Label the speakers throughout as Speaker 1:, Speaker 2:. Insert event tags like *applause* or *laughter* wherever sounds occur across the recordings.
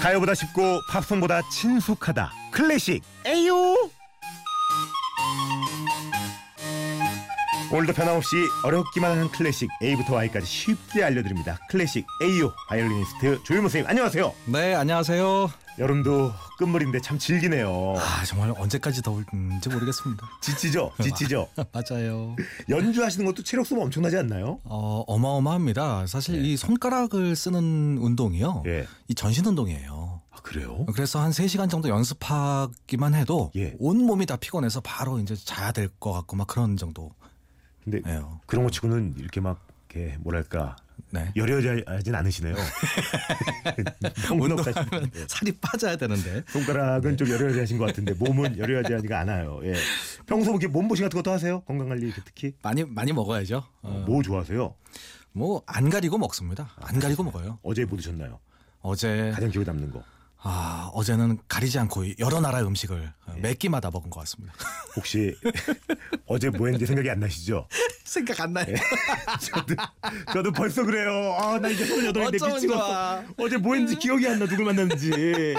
Speaker 1: 가요보다 쉽고 팝송보다 친숙하다 클래식 에요 오늘도 변함없이 어렵기만 한 클래식 A부터 Y까지 쉽게 알려드립니다 클래식 에요 바이올리니스트 조윤모 선생님 안녕하세요
Speaker 2: 네, 안녕하세요.
Speaker 1: 여름도 끝물인데 참 질기네요
Speaker 2: 아, 정말 언제까지 더울지 모르겠습니다. *laughs*
Speaker 1: 지치죠 지치죠
Speaker 2: 맞아요.
Speaker 1: 연주하시는 것도 체력 소모 엄청나지 않나요?
Speaker 2: 어, 어마어마합니다. 사실
Speaker 1: 네.
Speaker 2: 이 손가락을 쓰는 운동이요.
Speaker 1: 예.
Speaker 2: 이 전신 운동이에요.
Speaker 1: 아 그래요?
Speaker 2: 그래서 한 3시간 정도 연습하기만 해도
Speaker 1: 예.
Speaker 2: 온 몸이 다 피곤해서 바로 이제 자야 될 것 같고 막 그런 정도예요.
Speaker 1: 근데 그런 것 치고는 이렇게 막 이렇게 뭐랄까
Speaker 2: 네.
Speaker 1: 예, 여려하진 *laughs* 않으시네요. 운동
Speaker 2: 운동하면 살이 빠져야 되는데.
Speaker 1: 손가락은 좀 여려하신 것 같은데 몸은 여려하지가 않아요. 예. 평소 이렇게 몸보신 같은 것도 하세요? 건강 관리 이렇게 특히
Speaker 2: 많이 많이 먹어야죠. 어,
Speaker 1: 뭐 좋아하세요?
Speaker 2: 뭐 안 가리고 먹습니다. 안 가리고 먹어요.
Speaker 1: 어제 뭐 드셨나요?
Speaker 2: 어제
Speaker 1: 가장 기억에 남는 거
Speaker 2: 아, 어제는 가리지 않고 여러 나라 음식을
Speaker 1: 예.
Speaker 2: 매 끼마다 먹은 것 같습니다.
Speaker 1: 혹시 *laughs* 어제 뭐 했는지 생각이 안 나시죠?
Speaker 2: 생각 안 나요.
Speaker 1: 저도, 저도 벌써 그래요. 아, 나 이제 28인데
Speaker 2: 어쩌면
Speaker 1: 미치겠어.
Speaker 2: 좋아.
Speaker 1: 어제 뭐 했는지 기억이 안 나. 누굴
Speaker 2: *laughs*
Speaker 1: 만났는지.
Speaker 2: *laughs*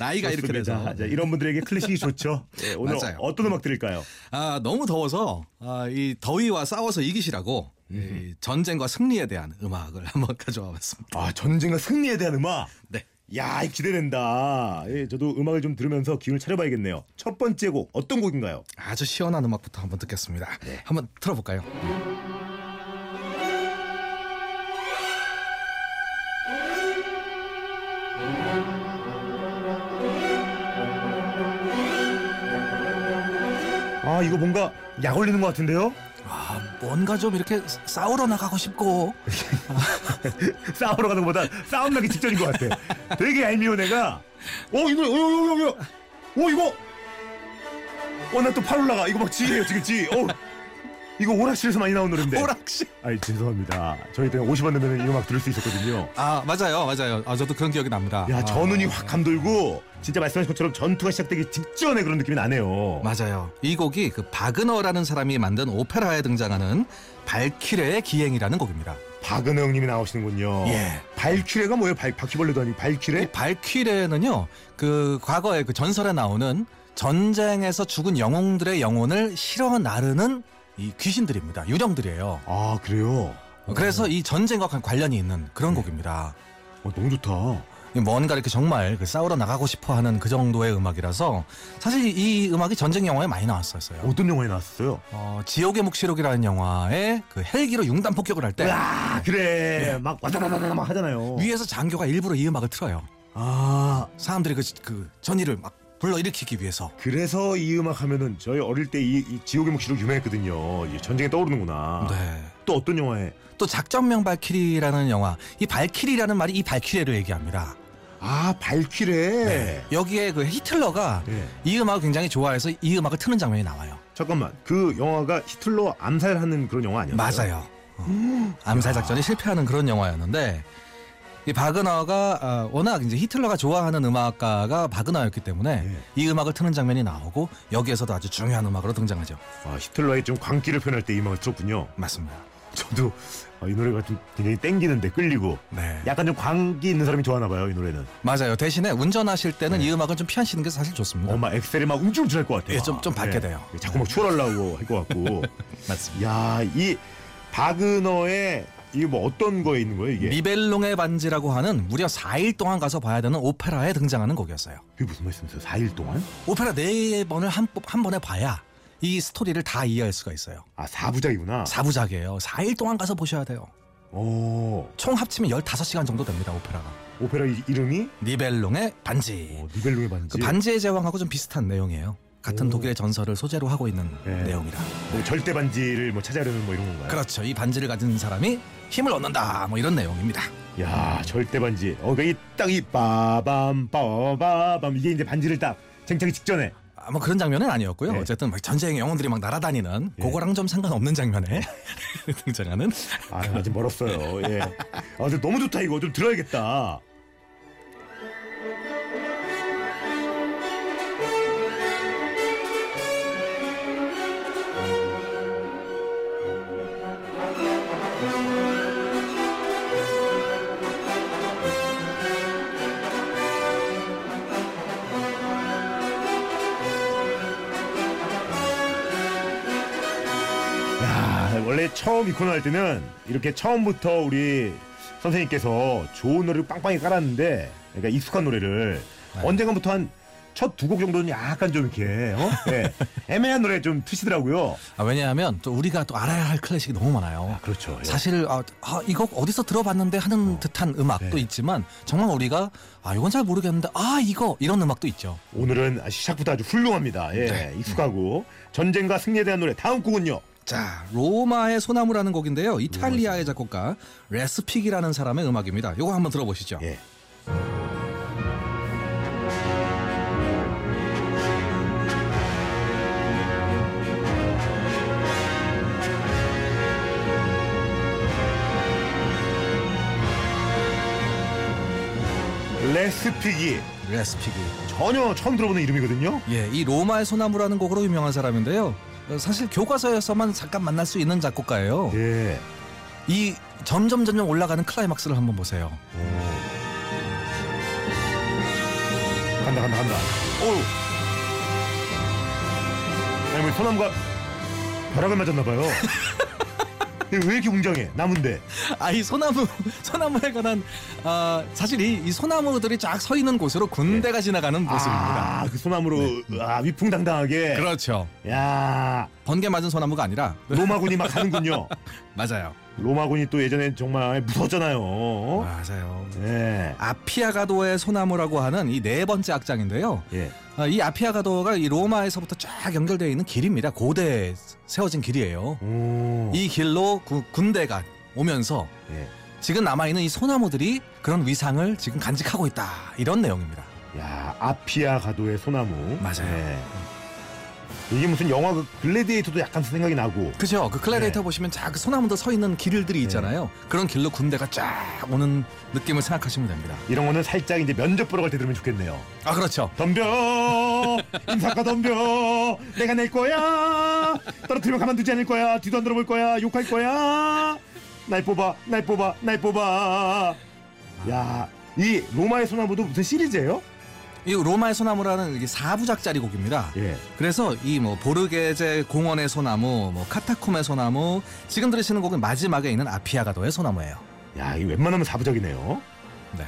Speaker 2: 나이가 이렇게
Speaker 1: 좋습니다.
Speaker 2: 돼서.
Speaker 1: 자, 이런 분들에게 클래식이 좋죠. 예, 오늘
Speaker 2: 맞아요.
Speaker 1: 어떤 음악 들을까요?
Speaker 2: 아, 너무 더워서 아, 이 더위와 싸워서 이기시라고 이 전쟁과 승리에 대한 음악을 *laughs* 한번 가져와 봤습니다.
Speaker 1: 아 전쟁과 승리에 대한 음악.
Speaker 2: 네.
Speaker 1: 야 기대된다. 예, 저도 음악을 좀 들으면서 기운을 차려봐야겠네요. 첫 번째 곡 어떤 곡인가요?
Speaker 2: 아주 시원한 음악부터 한번 듣겠습니다. 한번 들어볼까요?
Speaker 1: 아 이거 뭔가 약 올리는 것 같은데요? *laughs*
Speaker 2: 아, 뭔가 좀 이렇게 싸우러 나가고 싶고
Speaker 1: 싸우러 가는 것보다 싸움 나기 직전인 것 같아. 되게 얄미운 애가. 어 이거 어어어어 어, 어, 이거. 어나 또 팔 올라가. 이거 막 지예요 지금 지. 어 이거 오락실에서 많이 나온 노래인데.
Speaker 2: *laughs* 오락실.
Speaker 1: 아이 죄송합니다. 저희 때는 50원 내면 이 음악 들을 수 있었거든요.
Speaker 2: 아, 맞아요. 맞아요. 아, 저도 그런 기억이 납니다.
Speaker 1: 야
Speaker 2: 아,
Speaker 1: 전운이 확 감돌고 진짜 말씀하신 것처럼 전투가 시작되기 직전에 그런 느낌이 나네요.
Speaker 2: 맞아요. 이 곡이 그 바그너라는 사람이 만든 오페라에 등장하는 발키레의 기행이라는 곡입니다.
Speaker 1: 박은호 형님이 나오시는군요.
Speaker 2: 예.
Speaker 1: 발퀴레가 뭐예요? 발, 바퀴벌레도 아니고
Speaker 2: 이
Speaker 1: 발퀴레?
Speaker 2: 발퀴레는요, 그 과거에 그 전설에 나오는 전쟁에서 죽은 영웅들의 영혼을 실어 나르는 이 귀신들입니다. 유령들이에요.
Speaker 1: 아 그래요?
Speaker 2: 그래서 이 전쟁과 관- 관련이 있는 그런 곡입니다.
Speaker 1: 어, 너무 좋다.
Speaker 2: 이 뭔가 이렇게 정말 그 싸우러 나가고 싶어 하는 그 정도의 음악이라서 사실 이 음악이 전쟁 영화에 많이 나왔었어요.
Speaker 1: 어떤 영화에 나왔어요?
Speaker 2: 어, 지옥의 묵시록이라는 영화에 그 헬기로 융단 폭격을 할 때
Speaker 1: 아 그래 막 와다다다다 막 하잖아요.
Speaker 2: 위에서 장교가 일부러 이 음악을 틀어요.
Speaker 1: 아
Speaker 2: 사람들이 그, 그 전의를 막 불러 일으키기 위해서.
Speaker 1: 그래서 이 음악 하면은 저희 어릴 때 이 지옥의 묵시로 유명했거든요. 이 전쟁에 떠오르는구나.
Speaker 2: 네.
Speaker 1: 또 어떤 영화에?
Speaker 2: 또 작전명 발키리라는 영화 이 발키리라는 말이 이 발키레를 얘기합니다.
Speaker 1: 아 발퀴레.
Speaker 2: 여기에 그 히틀러가
Speaker 1: 예.
Speaker 2: 이 음악을 굉장히 좋아해서 이 음악을 트는 장면이 나와요.
Speaker 1: 잠깐만 그 영화가 히틀러 암살하는 그런 영화 아니었어요?
Speaker 2: 맞아요. 어. 암살 작전이 실패하는 그런 영화였는데 이 바그너가 아, 워낙 이제 히틀러가 좋아하는 음악가가 바그너였기 때문에
Speaker 1: 예.
Speaker 2: 이 음악을 트는 장면이 나오고 여기에서도 아주 중요한 음악으로 등장하죠.
Speaker 1: 아, 히틀러의 좀 광기를 표현할 때 이 음악을 들었군요.
Speaker 2: 맞습니다.
Speaker 1: 저도 아, 이 노래가 좀 굉장히 땡기는데 끌리고
Speaker 2: 네.
Speaker 1: 약간 좀 광기 있는 사람이 좋아하나 봐요 이 노래는.
Speaker 2: 맞아요. 대신에 운전하실 때는 이 음악을 좀 피하시는 게 사실 좋습니다.
Speaker 1: 어, 막 엑셀이 막 움찔움찔할 것 같아요.
Speaker 2: 예, 좀- 좀 밝게
Speaker 1: 예.
Speaker 2: 돼요.
Speaker 1: 예, 자꾸 막 추월하려고 할 것 같고.
Speaker 2: *laughs* 맞습니다.
Speaker 1: 야, 이 바그너의 이게 뭐 어떤 거에 있는 거예요 이게?
Speaker 2: 미벨롱의 반지라고 하는 무려 4일 동안 가서 봐야 되는 오페라에 등장하는 곡이었어요.
Speaker 1: 그게 무슨 말씀이세요? 4일 동안?
Speaker 2: 오페라 네 번을 한, 번- 한 번에 봐야 이 스토리를 다 이해할 수가 있어요.
Speaker 1: 아, 4부작이구나.
Speaker 2: 사부작이에요. 4일 동안 가서 보셔야 돼요.
Speaker 1: 어,
Speaker 2: 총 합치면 15시간 정도 됩니다, 오페라가.
Speaker 1: 오페라 이, 이름이
Speaker 2: 니벨롱의 반지.
Speaker 1: 어, 니벨롱의 반지.
Speaker 2: 그 반지의 제왕하고 좀 비슷한 내용이에요. 같은
Speaker 1: 오.
Speaker 2: 독일의 전설을 소재로 하고 있는
Speaker 1: 예.
Speaker 2: 내용이라.
Speaker 1: 뭐 절대 반지를 뭐 찾아려는 뭐 이런 건가요?
Speaker 2: 그렇죠. 이 반지를 가진 사람이 힘을 얻는다. 뭐 이런 내용입니다.
Speaker 1: 야 절대 반지 어 그러니까 이딱이 빠밤 빠밤 이게 이제 반지를 딱 쟁착이 직전에
Speaker 2: 아마 뭐 그런 장면은 아니었고요.
Speaker 1: 예.
Speaker 2: 어쨌든 막 전쟁의 영혼들이 막 날아다니는
Speaker 1: 예. 네.
Speaker 2: 그거랑 좀 상관없는 장면에 *laughs* 등장하는
Speaker 1: 아 아직 멀었어요 예아 근데 너무 좋다 이거 좀 들어야겠다 아, 원래 처음 이 코너 할 때는 이렇게 처음부터 우리 선생님께서 좋은 노래를 빵빵히 깔았는데 그러니까 익숙한 노래를 언젠가부터 한 첫 두 곡 정도는 약간 좀 이렇게 어? 예, *laughs* 애매한 노래 좀 트시더라고요.
Speaker 2: 아, 왜냐하면 또 우리가 또 알아야 할 클래식이 너무 많아요.
Speaker 1: 그렇죠.
Speaker 2: 사실 아, 아, 이거 어디서 들어봤는데 하는 듯한 음악도
Speaker 1: 네.
Speaker 2: 있지만 정말 우리가 아 이건 잘 모르겠는데 아 이거 이런 음악도 있죠.
Speaker 1: 오늘은 시작부터 아주 훌륭합니다. 예,
Speaker 2: 네.
Speaker 1: 익숙하고 전쟁과 승리에 대한 노래 다음 곡은요.
Speaker 2: 자 로마의 소나무라는 곡인데요. 이탈리아의 작곡가 레스픽이라는 사람의 음악입니다. 요거 한번 들어보시죠.
Speaker 1: 예. 레스피기
Speaker 2: 레스픽이
Speaker 1: 전혀 처음 들어보는 이름이거든요.
Speaker 2: 예, 이 로마의 소나무라는 곡으로 유명한 사람인데요. 어, 사실 교과서에서만 잠깐 만날 수 있는 작곡가예요.
Speaker 1: 예.
Speaker 2: 이 점점 점점 올라가는 클라이막스를 한번 보세요.
Speaker 1: 오. 간다 간다 간다. 어우. 아니 뭐 소나무가 벼락을 맞았나 봐요. 이게 왜 이렇게 웅장해? 나무인데.
Speaker 2: 아 이 소나무 *laughs* 소나무에 관한 아 사실 이, 이 소나무들이 쫙 서 있는 곳으로 군대가 지나가는 모습입니다. 네.
Speaker 1: 아, 그 소나무로 아, 위풍당당하게.
Speaker 2: 그렇죠.
Speaker 1: 야,
Speaker 2: 번개 맞은 소나무가 아니라
Speaker 1: 로마군이 막 가는군요.
Speaker 2: 맞아요.
Speaker 1: 로마군이 또 예전에 정말 무서웠잖아요.
Speaker 2: 맞아요.
Speaker 1: 예.
Speaker 2: 아피아가도의 소나무라고 하는 이 네 번째 악장인데요.
Speaker 1: 예.
Speaker 2: 아, 이 아피아가도가 이 로마에서부터 쫙 연결되어 있는 길입니다. 고대 세워진 길이에요.
Speaker 1: 오.
Speaker 2: 이 길로 구- 군대가 오면서
Speaker 1: 예.
Speaker 2: 지금 남아 있는 이 소나무들이 그런 위상을 지금 간직하고 있다 이런 내용입니다.
Speaker 1: 야 아피아 가도의 소나무
Speaker 2: 맞아요.
Speaker 1: 예. 이게 무슨 영화 그 글래디에이터도 약간 생각이 나고
Speaker 2: 그죠? 그 클라레이터
Speaker 1: 네.
Speaker 2: 보시면 자 그 소나무도 서 있는 길들이 있잖아요. 그런 길로 군대가 쫙 오는 느낌을 생각하시면 됩니다.
Speaker 1: 이런 거는 살짝 이제 면접 보러 갈 때 들으면 좋겠네요
Speaker 2: 아 그렇죠.
Speaker 1: 덤벼 인사과 덤벼 내가 낼 거야 떨어뜨리면 가만두지 않을 거야 뒤도 안 돌아볼 거야 욕할 거야 날 뽑아 날 뽑아 날 뽑아 야 이 로마의 소나무도 무슨 시리즈예요?
Speaker 2: 이 로마의 소나무라는 이게 4부작짜리 곡입니다.
Speaker 1: 예.
Speaker 2: 그래서 이 뭐 보르게제 공원의 소나무, 뭐 카타콤의 소나무, 지금 들으시는 곡은 마지막에 있는 아피아가도의 소나무예요.
Speaker 1: 야, 이 웬만하면 사부작이네요.
Speaker 2: 네.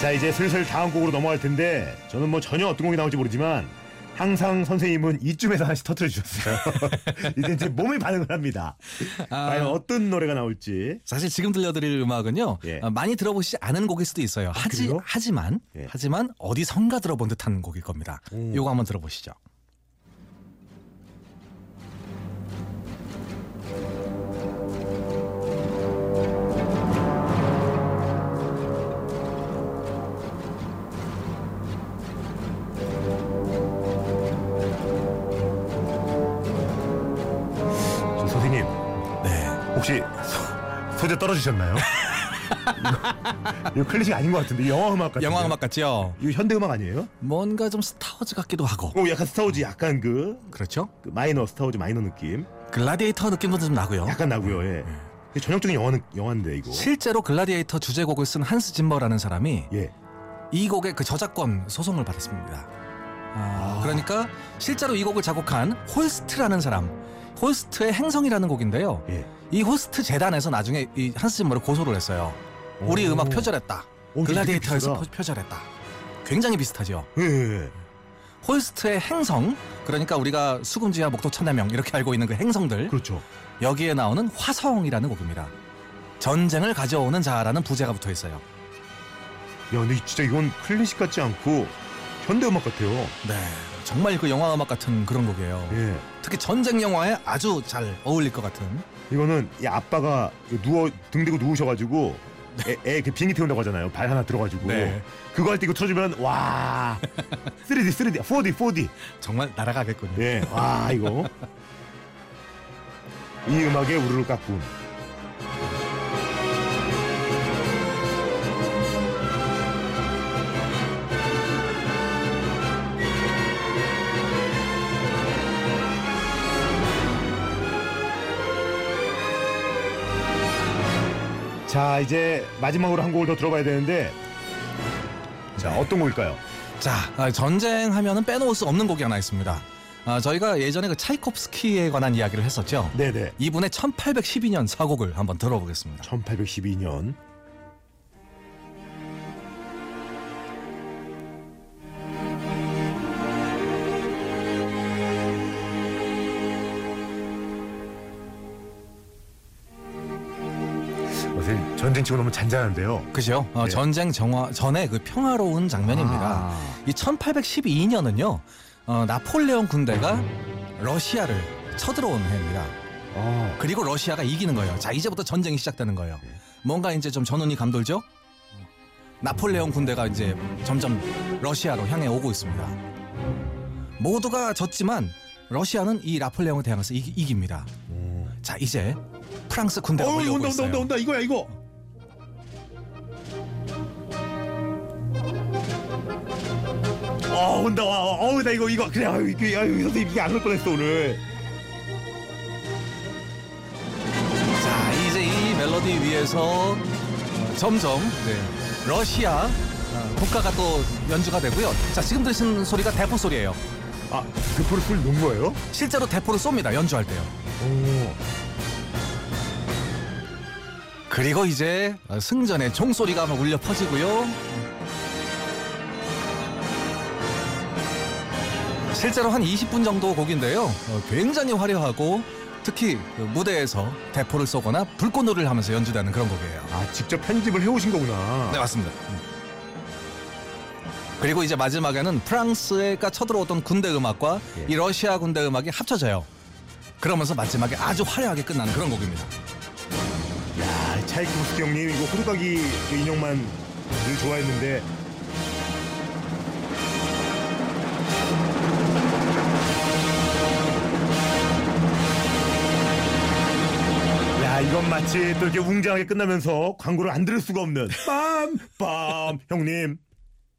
Speaker 1: 자 이제 슬슬 다음 곡으로 넘어갈 텐데 저는 뭐 전혀 어떤 곡이 나올지 모르지만 항상 선생님은 이쯤에서 하나씩 터트려 주셨어요. *laughs* 이제 이제 몸이 반응을 합니다.
Speaker 2: 아.
Speaker 1: 과연 어떤 노래가 나올지.
Speaker 2: 사실 지금 들려드릴 음악은요
Speaker 1: 예. 아,
Speaker 2: 어, 많이 들어보시지 않은 곡일 수도 있어요. 하지
Speaker 1: 그래요?
Speaker 2: 하지만
Speaker 1: 예.
Speaker 2: 하지만 어디선가 들어본 듯한 곡일 겁니다.
Speaker 1: 오.
Speaker 2: 요거 한번 들어보시죠.
Speaker 1: 저 선생님
Speaker 2: 네.
Speaker 1: 혹시 소, 소재 떨어지셨나요? *laughs* 이거, 이거 클래식 아닌 것 같은데 영화 음악 같은데.
Speaker 2: 영화 음악 같죠?
Speaker 1: 이거 현대 음악 아니에요?
Speaker 2: 뭔가 좀 스타워즈 같기도 하고.
Speaker 1: 오 약간 스타워즈 약간 그,
Speaker 2: 그렇죠?
Speaker 1: 그 마이너 스타워즈 마이너 느낌
Speaker 2: 글라디에이터 느낌도 좀 나고요.
Speaker 1: 약간 나고요. 예. 이게 전형적인 영화 영화인데 이거.
Speaker 2: 실제로 글라디에이터 주제곡을 쓴 한스 짐머라는 사람이
Speaker 1: 예.
Speaker 2: 이 곡의 그 저작권 소송을 받았습니다. 아,
Speaker 1: 아.
Speaker 2: 그러니까 실제로 이 곡을 작곡한 홀스트라는 사람, 홀스트의 행성이라는 곡인데요.
Speaker 1: 예.
Speaker 2: 이 홀스트 재단에서 나중에 이 한스 짐머를 고소를 했어요. 우리
Speaker 1: 오.
Speaker 2: 음악 표절했다.
Speaker 1: 오, 이게 되게
Speaker 2: 글라디에이터에서
Speaker 1: 비슷하다.
Speaker 2: 포- 표절했다. 굉장히 비슷하죠.
Speaker 1: 예, 예. 예.
Speaker 2: 홀스트의 행성, 그러니까 우리가 수금지와 목도 천내명 이렇게 알고 있는 그 행성들
Speaker 1: 그렇죠.
Speaker 2: 여기에 나오는 화성이라는 곡입니다. 전쟁을 가져오는 자라는 부제가 붙어 있어요.
Speaker 1: 야 근데 진짜 이건 클래식 같지 않고 현대 음악 같아요.
Speaker 2: 네, 정말 그 영화 음악 같은 그런 곡이에요.
Speaker 1: 예.
Speaker 2: 특히 전쟁 영화에 아주 잘 어울릴 것 같은.
Speaker 1: 이거는 이 아빠가 누워 등대고 누우셔가지고 애, 애 이렇게 비행기 태운다고 하잖아요. 발 하나 들어가지고
Speaker 2: 네.
Speaker 1: 그거 할 때 이거 틀어주면 와 3D 3D 4D 4D
Speaker 2: 정말 날아가겠군요.
Speaker 1: 예와 이거 이 음악에 우르르 깎군 자 이제 마지막으로 한 곡을 더 들어봐야 되는데 자 어떤 곡일까요?
Speaker 2: 자, 아, 전쟁 하면은 빼놓을 수 없는 곡이 하나 있습니다. 아, 저희가 예전에 그 차이콥스키에 관한 이야기를 했었죠.
Speaker 1: 네네
Speaker 2: 이분의 1812년 사곡을 한번 들어보겠습니다.
Speaker 1: 1812년 선생님 전쟁 치고 너무 잔잔한데요.
Speaker 2: 그죠? 어,
Speaker 1: 네.
Speaker 2: 전쟁 정화 전에 그 평화로운 장면입니다.
Speaker 1: 아,
Speaker 2: 이 1812년은요, 어, 나폴레옹 군대가 러시아를 쳐들어온 해입니다.
Speaker 1: 아.
Speaker 2: 그리고 러시아가 이기는 거예요. 자, 이제부터 전쟁이 시작되는 거예요.
Speaker 1: 네.
Speaker 2: 뭔가 이제 좀 전운이 감돌죠? 나폴레옹 군대가 이제 점점 러시아로 향해 오고 있습니다. 모두가 졌지만 러시아는 이 나폴레옹을 대항해서 이, 이깁니다.
Speaker 1: 음.
Speaker 2: 자, 이제 프랑스 군대가
Speaker 1: 어,
Speaker 2: 몰려오고
Speaker 1: 온다 온다
Speaker 2: 네, 있어요.
Speaker 1: 온다 온다 이거야 이거. 어 온다 와 와, 어우 나 이거 이거 그래 아유 이게 아유 선생님 이게 안올 뻔했어 오늘.
Speaker 2: 자, 이제 이 멜로디 위에서 점점 이제 러시아 어, 국가가 또 연주가 되고요. 자, 지금 드신 소리가 대포 소리예요.
Speaker 1: 아 대포를 술 놓은 거예요?
Speaker 2: 실제로 대포를 쏩니다. 연주할 때요.
Speaker 1: 오.
Speaker 2: 그리고 이제 어, 승전의 종소리가 막 울려 퍼지고요. 실제로 한 20분 정도 곡인데요. 어, 굉장히 화려하고 특히 그 무대에서 대포를 쏘거나 불꽃놀이를 하면서 연주되는 그런 곡이에요.
Speaker 1: 아 직접 편집을 해오신 거구나.
Speaker 2: 네 맞습니다. 음. 그리고 이제 마지막에는 프랑스가 쳐들어오던 군대 음악과
Speaker 1: 예.
Speaker 2: 이 러시아 군대 음악이 합쳐져요. 그러면서 마지막에 아주 화려하게 끝나는 그런 곡입니다.
Speaker 1: 야 차이코스키 형님 이거 호두까기 그 인형만 늘 좋아했는데. 야 이건 마치 또 이렇게 웅장하게 끝나면서 광고를 안 들을 수가 없는 빰 빰 형님.